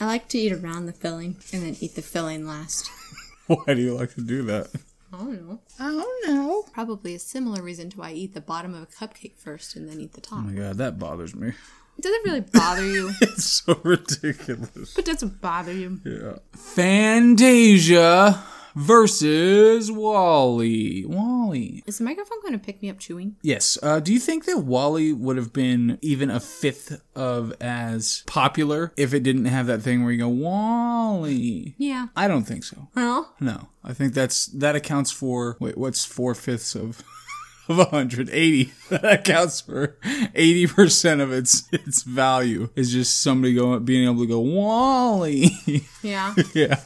like to eat around the filling and then eat the filling last. Why do you like to do that? I don't know. Oh no. Probably a similar reason to why I eat the bottom of a cupcake first and then eat the top. Oh my god, that bothers me. It doesn't really bother you, It's so ridiculous. but it doesn't bother you. Yeah. Fantasia versus Wally. Wally. Is the microphone going to pick me up chewing? Yes. Uh, do you think that Wally would have been even a fifth of as popular if it didn't have that thing where you go Wally? Yeah. I don't think so. Well, No, I think that's that accounts for wait, what's four fifths of of 180? That accounts for 80 percent of its its value is just somebody going being able to go Wally. yeah. yeah.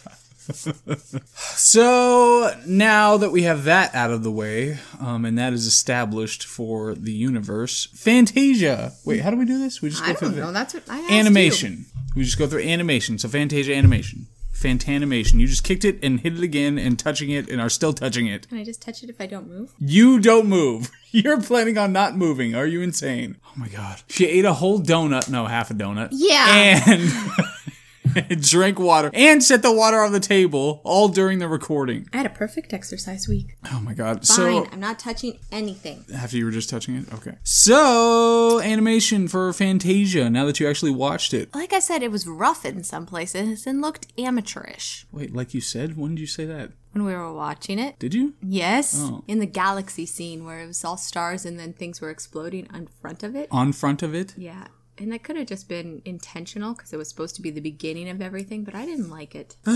so now that we have that out of the way, um, and that is established for the universe, Fantasia. Wait, how do we do this? We just I go through don't the- know. That's what I asked you. animation. We just go through animation. So Fantasia animation. Fantanimation. You just kicked it and hit it again and touching it and are still touching it. Can I just touch it if I don't move? You don't move. You're planning on not moving. Are you insane? Oh my god. She ate a whole donut. No, half a donut. Yeah. And drank water. And set the water on the table all during the recording. I had a perfect exercise week. Oh my god. Fine. So I'm not touching anything. after you were just touching it? Okay. So animation for Fantasia, now that you actually watched it. Like I said, it was rough in some places and looked amateurish Wait, like you said? When did you say that? when we were watching it. Did you? Yes. Oh. In the galaxy scene where it was all stars and then things were exploding in front of it. on front of it. Yeah. And that could have just been intentional because it was supposed to be the beginning of everything, but I didn't like it.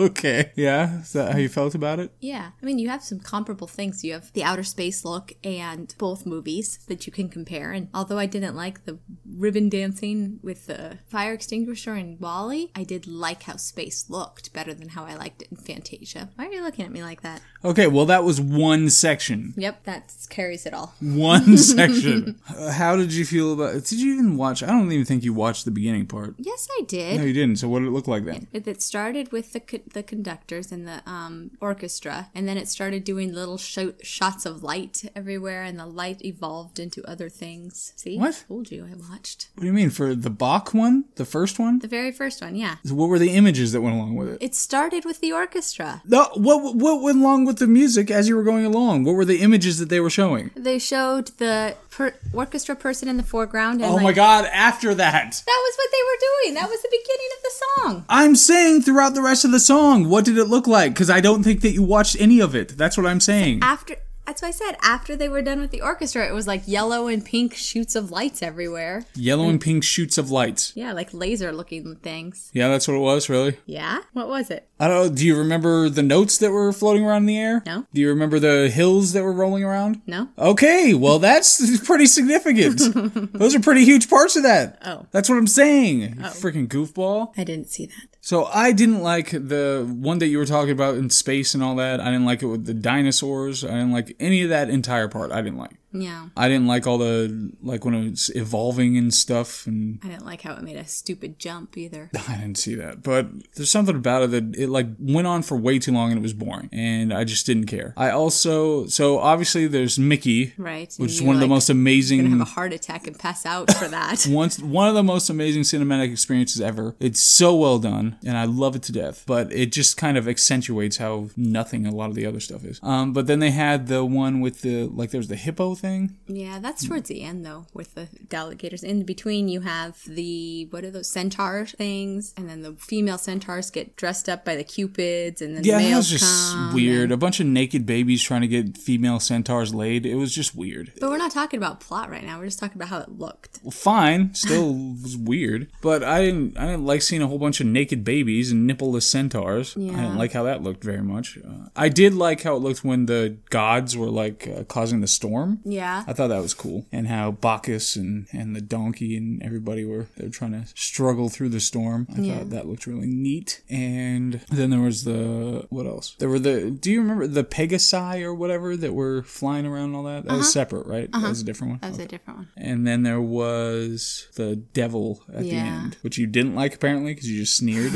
Okay. Yeah. Is that how you felt about it? Yeah. I mean, you have some comparable things. You have the outer space look and both movies that you can compare. And although I didn't like the ribbon dancing with the fire extinguisher in Wally, I did like how space looked better than how I liked it in Fantasia. Why are you looking at me like that? Okay. Well, that was one section. Yep, that carries it all. One section. Uh, how did you feel about? Did you even watch? I don't even think you watched the beginning part. Yes, I did. No, you didn't. So what did it look like then? It it started with the co- the conductors and the um, orchestra, and then it started doing little sho- shots of light everywhere, and the light evolved into other things. See, What? told you I watched What do you mean for the Bach one, the first one? the very first one. Yeah, So What were the images that went along with it? it started with the orchestra. No, what what went along with the music as you were going along? What were the images that they were showing? They showed the per- orchestra person in the foreground, and Oh like, my God! After that, that was what they were doing. That was the beginning of the song. I'm saying throughout the rest of the song, what did it look like? Because I don't think that you watched any of it. That's what I'm saying. After that's why I said after they were done with the orchestra, it was like yellow and pink shoots of lights everywhere. Yellow and pink shoots of lights. Yeah, like laser looking things. Yeah, that's what it was, really. Yeah, what was it? I don't know. Do you remember the notes that were floating around in the air? No. Do you remember the hills that were rolling around? No. Okay, well, that's pretty significant. Those are pretty huge parts of that. Oh. That's what I'm saying. You freaking goofball. I didn't see that. So I didn't like the one that you were talking about in space and all that. I didn't like it with the dinosaurs. I didn't like any of that entire part. I didn't like. Yeah. I didn't like all the, like when it was evolving and stuff and I didn't like how it made a stupid jump either. I didn't see that, but there's something about it that it like went on for way too long and it was boring, and I just didn't care. I also so obviously there's Mickey, Right. and which is you, one of the like, most Mm. gonna have a amazing. heart attack and pass out for that. Once one of the most amazing cinematic experiences ever. It's so well done, and I love it to death. But it just kind of accentuates how nothing a lot of the other stuff is. Um, but then they had the one with the like there's the hippo thing. yeah, that's towards the end though, with the delegators. In between you have the what are those centaur things? And then the female centaurs get dressed up by the cupids and then Yeah, the that males was just come. weird. A bunch of naked babies trying to get female centaurs laid. It was just weird. But we're not talking about plot right now. We're just talking about how it looked. fine still was weird but i didn't i didn't like seeing a whole bunch of naked babies and nippleless centaurs i Yeah. didn't like how that looked very much uh, i did like how it looked when the gods were like uh, causing the storm Yeah. I thought that was cool, and how Bacchus and, and the donkey and everybody were they were trying to struggle through the storm. I Yeah. thought that looked really neat. And then there was the what else? There were the do you remember the Pegasi or whatever that were flying around and all that? That Uh-huh. was separate, right? That was a different one. That was a different one. And then there was the devil at Yeah. the end, which you didn't like apparently because you just sneered.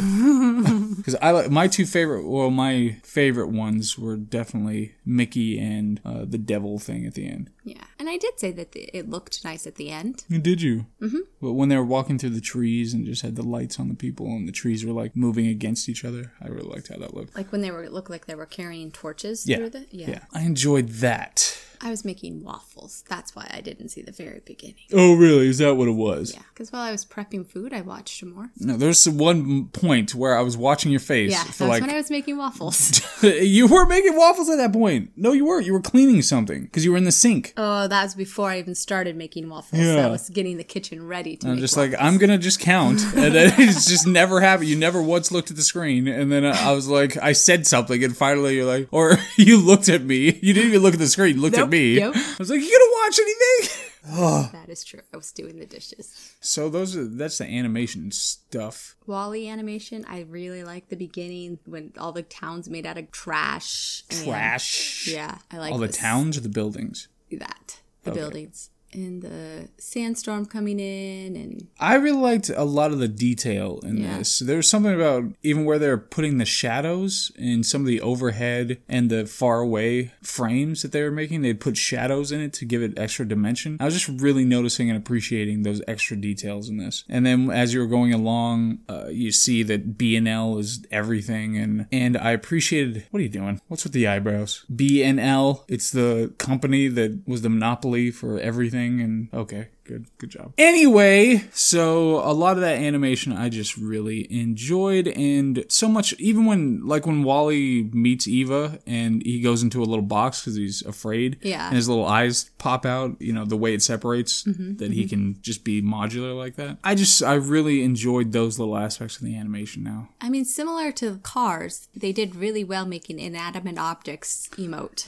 Because I like my two favorite, well, my favorite ones were definitely Mickey and uh, the devil thing at the end. Yeah. And I did say that the, it looked nice at the end. Did you? Mm-hmm. But when they were walking through the trees and just had the lights on the people and the trees were like moving against each other, I really liked how that looked. Like when they were, it looked like they were carrying torches Yeah. through the. Yeah. yeah. I enjoyed that. I was making waffles. That's why I didn't see the very beginning. Oh, really? Is that what it was? Yeah. Because while I was prepping food, I watched some more. No, there's one point where I was watching your face Yeah. That's for like when I was making waffles. you were making waffles at that point. No, you weren't. You were cleaning something because you were in the sink. oh, that was before I even started making waffles. Yeah. I was getting the kitchen ready to I'm make just waffles. like, I'm gonna just count, and then it's just never happened. You never once looked at the screen, and then I was like, I said something, and finally you're like, or you looked at me. You didn't even look at the screen. You looked Nope, at me. nope. I was like, you gonna watch anything? That is true. I was doing the dishes. So those are that's the animation stuff. Wally animation, I really like the beginning when all the towns made out of trash. and- Trash. yeah, I like All the this- towns or the buildings. That the buildings and the sandstorm coming in and I really liked a lot of the detail in Yeah. this. There was something about even where they're putting the shadows and some of the overhead and the far away frames that they were making. They'd put shadows in it to give it extra dimension. I was just really noticing and appreciating those extra details in this. And then as you were going along, uh, you see that B and L is everything, and and I appreciated. What are you doing? What's with the eyebrows? B and L. It's the company that was the monopoly for everything. And okay, good, good job. Anyway, so a lot of that animation I just really enjoyed, and so much even when like when Wally meets Eva and he goes into a little box because he's afraid. Yeah. And his little eyes pop out. You know the way it separates that he can just be modular like that. I just I really enjoyed those little aspects of the animation. Now I mean similar to cars, they did really well making inanimate objects emote.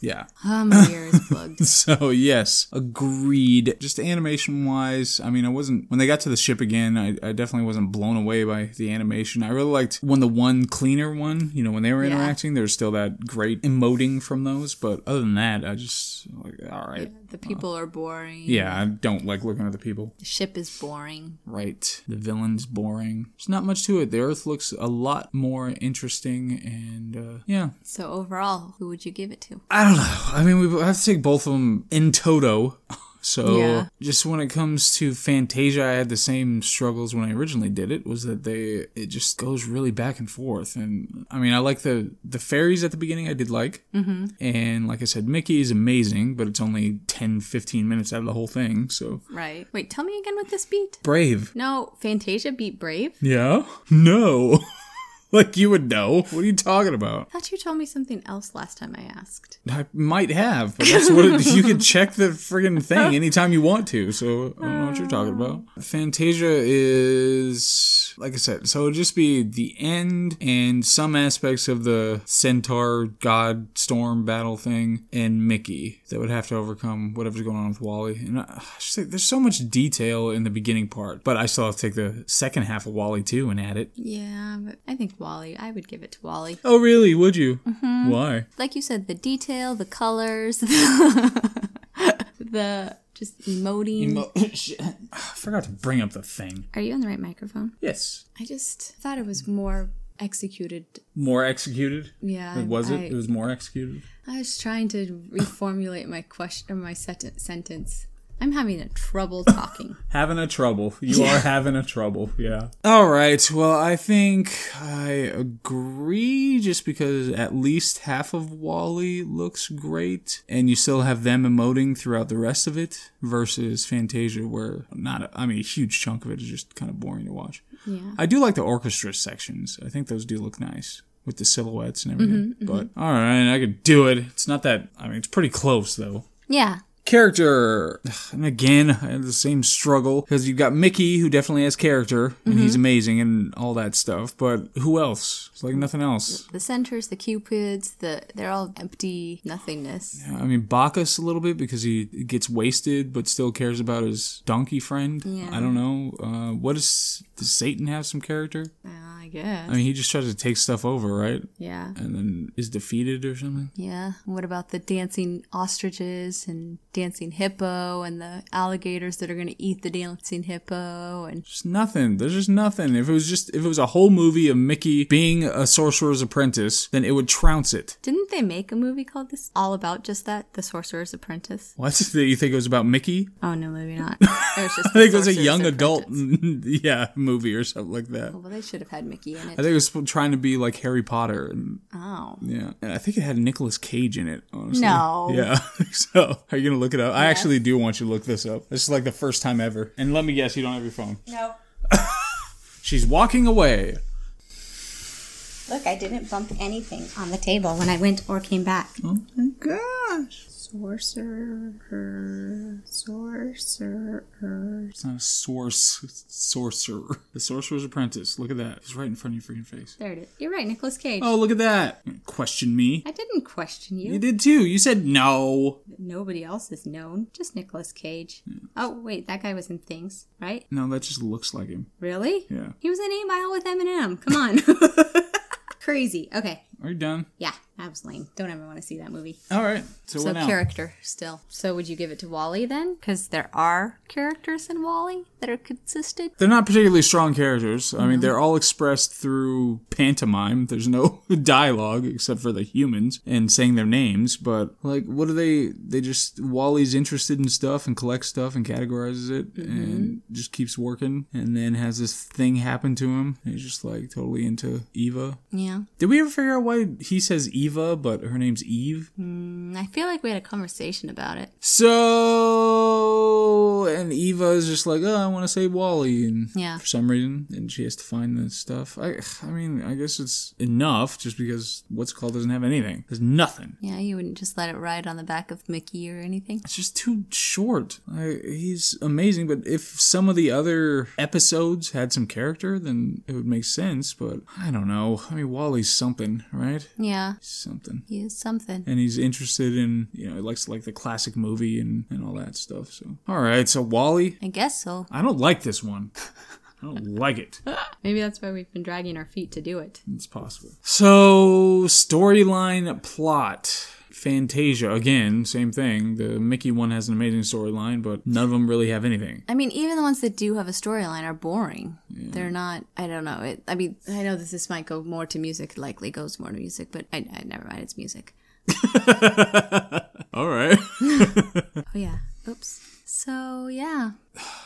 Yeah. Oh, my ear is plugged. So yes, agreed. Just animation wise, I mean, I wasn't when they got to the ship again. I, I definitely wasn't blown away by the animation. I really liked when the one cleaner one, you know, when they were Yeah. interacting, there was still that great emoting from those. But other than that, I just like all right, The people are boring. yeah, I don't like looking at the people. The ship is boring. Right, the villain's boring. There's not much to it. The Earth looks a lot more interesting, and uh, yeah, So overall, who would you give it to? I don't know. I mean, we have to take both of them in toto. So, Yeah. just when it comes to Fantasia, I had the same struggles when I originally did it. Was that they? It just goes really back and forth. And I mean, I like the the fairies at the beginning. I did like. Mm-hmm. And like I said, Mickey is amazing, but it's only 10, 15 minutes out of the whole thing. So Right. Wait, tell me again what this beat. brave. No, Fantasia beat Brave. Yeah. No. like you would know. What are you talking about? thought you told me something else last time I asked. I might have, but that's what it, you can check the friggin' thing anytime you want to. So I don't know what you're talking about. Fantasia is like I said. So it'd just be the end and some aspects of the centaur god storm battle thing and Mickey that would have to overcome whatever's going on with Wally. And I, I just think there's so much detail in the beginning part, but I still have to take the second half of Wally too and add it. Yeah, but I think Wally. I would give it to Wally. Oh really? Would you? Mm-hmm. Why? Like you said, the detail, the colors, the just emoting. I forgot to bring up the thing. Are you on the right microphone? Yes. I just thought it was more executed. more executed. Yeah, It was I- it? It was more executed. I was trying to reformulate my question or my sent- sentence. I'm having a trouble talking. Having a trouble. You are having a trouble. Yeah. All right. Well, I think I agree just because at least half of Wally looks great and you still have them emoting throughout the rest of it versus Fantasia where not a, I mean a huge chunk of it is just kind of boring to watch. Yeah. I do like the orchestra sections. I think those do look nice with the silhouettes and everything. Mm-hmm, But all right, I could do it. It's not that I mean it's pretty close though. yeah, character and again i had the same struggle because you've got mickey who definitely has character and he's amazing and all that stuff but who else it's like nothing else the centers, the cupids, the they're all empty nothingness. i mean bacchus a little bit because he gets wasted but still cares about his donkey friend Yeah. i don't know uh, what does does satan have some character Uh, I I guess. I mean, he just tries to take stuff over, right? yeah. And then is defeated or something. Yeah. What about the dancing ostriches and dancing hippo and the alligators that are going to eat the dancing hippo? And Just nothing. There's just nothing. If it was just if it was a whole movie of Mickey being a sorcerer's apprentice, then it would trounce it. didn't they make a movie called this? All about just that? The Sorcerer's Apprentice? What? That you think it was about Mickey? Oh, no, maybe not. It was just I think it was a Sorcerer's young Apprentice. adult, yeah, movie or something like that. Well, they should have had Mickey in I it. think it was trying to be like Harry Potter, and Oh. yeah, and I think it had Nicolas Cage in it. Honestly, No. yeah. so, are you gonna look it up? I actually do want you to look this up. This is like the first time ever. And let me guess, you don't have your phone. No. She's walking away. Look, I didn't bump anything on the table when I went or came back. Oh my gosh. Sorcerer. Sorcerer. It's not a source sorcerer. The Sorcerer's Apprentice. Look at that. It's right in front of your freaking face. There it is. You're right, Nicolas Cage. Oh, look at that. Question me. I didn't question you. You did too. You said no. Nobody else is known. Just Nicolas Cage. Hmm. Oh, wait, that guy was in Things, right? No, that just looks like him. Really? Yeah. He was in 8 Mile with Eminem. Come on. Crazy. Okay. Are you done? Yeah, that was lame. Don't ever want to see that movie. All right. So, So what now? character still. So would you give it to Wally then? Because there are characters in Wally that are consistent. They're not particularly strong characters. I mean, they're all expressed through pantomime. There's no dialogue except for the humans and saying their names. But like, what are they? They just Wally's interested in stuff and collects stuff and categorizes it and just keeps working. And then has this thing happen to him. And he's just like totally into Eva. Yeah. Did we ever figure out why he says Eva but her name's Eve? Mm, I feel like we had a conversation about it. So and Eva is just like, oh, I want to save Wally, and Yeah. for some reason, and she has to find the stuff. I, I mean, I guess it's enough just because what's it called doesn't have anything. There's nothing. Yeah, you wouldn't just let it ride on the back of Mickey or anything. It's just too short. I, he's amazing, but if some of the other episodes had some character, then it would make sense. But I don't know. I mean, Wally's something, right? Yeah. Something. He is something. and he's interested in you know he likes like the classic movie and, and all that stuff so all right so wally I guess so. i don't like this one i don't like it Maybe that's why we've been dragging our feet to do it. it's possible so storyline plot fantasia again same thing the mickey one has an amazing storyline but none of them really have anything I mean, even the ones that do have a storyline are boring. They're not. I don't know. It, I mean, I know this, this might go more to music. Likely goes more to music, but I, I never mind. It's music. all right Oh yeah. Oops. So yeah.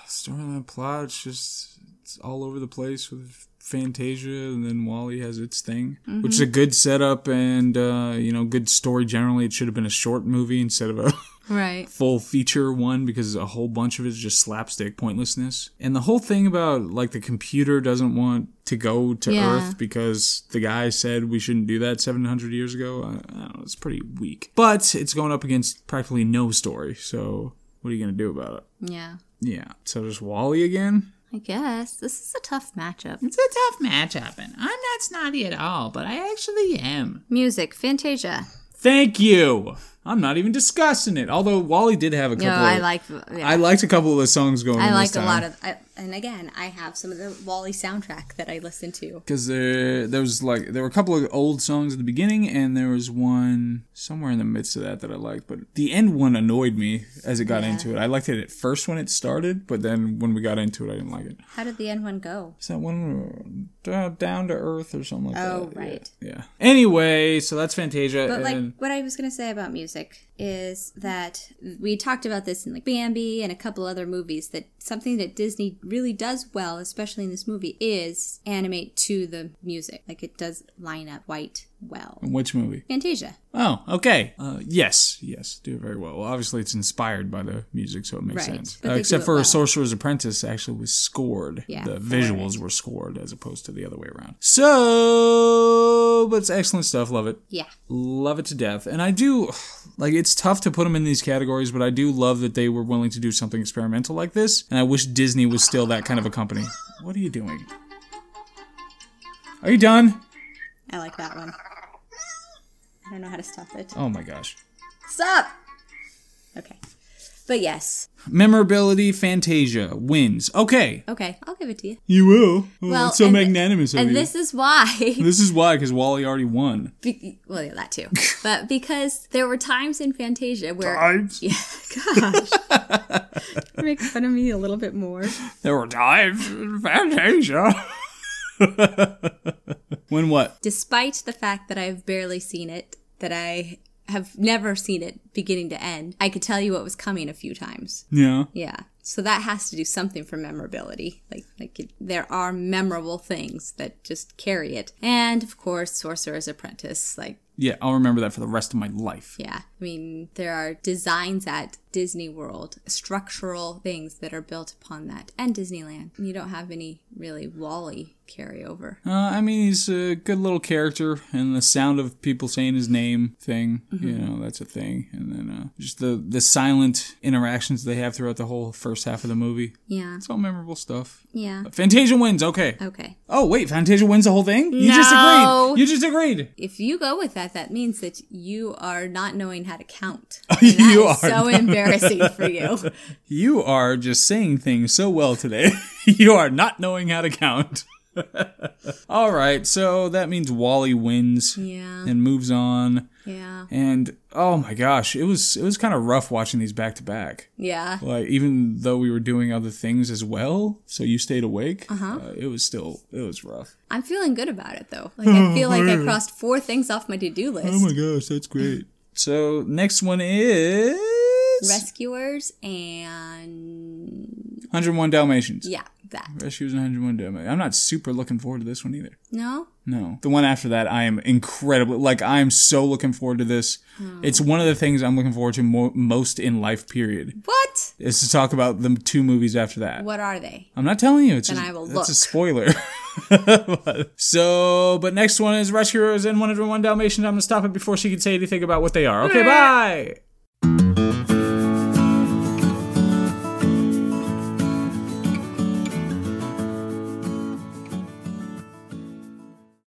storyline plot it's just it's all over the place with fantasia and then wally has its thing which is a good setup and uh, you know good story generally it should have been a short movie instead of a Right. full feature one because a whole bunch of it is just slapstick pointlessness and the whole thing about like the computer doesn't want to go to Yeah. earth because the guy said we shouldn't do that 700 years ago I, I don't know it's pretty weak but it's going up against practically no story so what are you going to do about it Yeah. yeah so just wally again I guess this is a tough matchup. It's a tough matchup, and I'm not snotty at all, but I actually am. Music. Fantasia. Thank you. I'm not even discussing it. Although Wally did have a couple. No, I of, like. Yeah. I liked a couple of the songs going. I like a lot of, I, and again, I have some of the Wally soundtrack that I listen to. because there there was like there were a couple of old songs at the beginning, and there was one somewhere in the midst of that that I liked. But the end one annoyed me as it got into it. I liked it at first when it started, but then when we got into it, I didn't like it. How did the end one go? Is that one uh, down to earth or something like Oh, that? right. Yeah. yeah. Anyway, so that's Fantasia. But like and- what I was gonna say about music is that we talked about this in like Bambi and a couple other movies that something that Disney really does well, especially in this movie, is animate to the music. Like it does line up quite well. which movie? Fantasia. Oh, okay. Uh, yes, yes, do it very well. well. Obviously, it's inspired by the music, so it makes Right, sense. but Uh, they except do it for well. Sorcerer's Apprentice, actually was scored. Yeah, for the visuals were scored as opposed to the other way around. So, but it's excellent stuff. Love it. Yeah. Love it to death. And I do, like, it's tough to put them in these categories, but I do love that they were willing to do something experimental like this. And I wish Disney was still that kind of a company. What are you doing? Are you done? I like that one. I don't know how to stop it. Oh my gosh. Stop! Okay. But yes. Memorability Fantasia wins. Okay. Okay, I'll give it to you. You will. Oh, Well, that's so and- magnanimous of and you. this is why This is why, because Wally already won. Be- well, yeah, that too. But because there were times in Fantasia where. Times. Yeah, gosh. Make fun of me a little bit more. There were times in Fantasia. when what? Despite the fact that I've barely seen it, that I have never seen it beginning to end, I could tell you what was coming a few times. Yeah. Yeah. So that has to do something for memorability. Like, like it, there are memorable things that just carry it. And of course, Sorcerer's Apprentice. Like, Yeah, I'll remember that for the rest of my life. Yeah. I mean, there are designs at Disney World, structural things that are built upon that, and Disneyland. You don't have any really Wally carryover. Uh, I mean, he's a good little character, and the sound of people saying his name thing, Mm-hmm. you know, that's a thing. And then uh, just the, the silent interactions they have throughout the whole first half of the movie. Yeah. It's all memorable stuff. Yeah. Fantasia wins, okay. Okay. Oh, wait, Fantasia wins the whole thing? You just No. agreed. You just agreed. If you go with that, that means that you are not knowing how to count. You That is are so not. embarrassing for you. You are just saying things so well today. you are not knowing how to count. All right, so that means Wally wins Yeah. and moves on. Yeah. And oh my gosh, it was it was kind of rough watching these back to back. Yeah. Like even though we were doing other things as well, so you stayed awake. Uh-huh. Uh, it was still it was rough. I'm feeling good about it though. Like I feel like I crossed four things off my to-do list. Oh gosh, that's great. So next one is Rescuers and 101 Dalmatians. yeah, that. Rescues and 101 Dalmatians. I'm not super looking forward to this one either. No? No. The one after that, I am incredibly, like, I am so looking forward to this. Hmm. It's one of the things I'm looking forward to mo- most in life, period, What? is to talk about the two movies after that. What are they? I'm not telling you. It's Then just- I will It's a look. spoiler. But- so, but next one is Rescuers and 101 Dalmatians. I'm going to stop it before she can say anything about what they are. Okay, bye.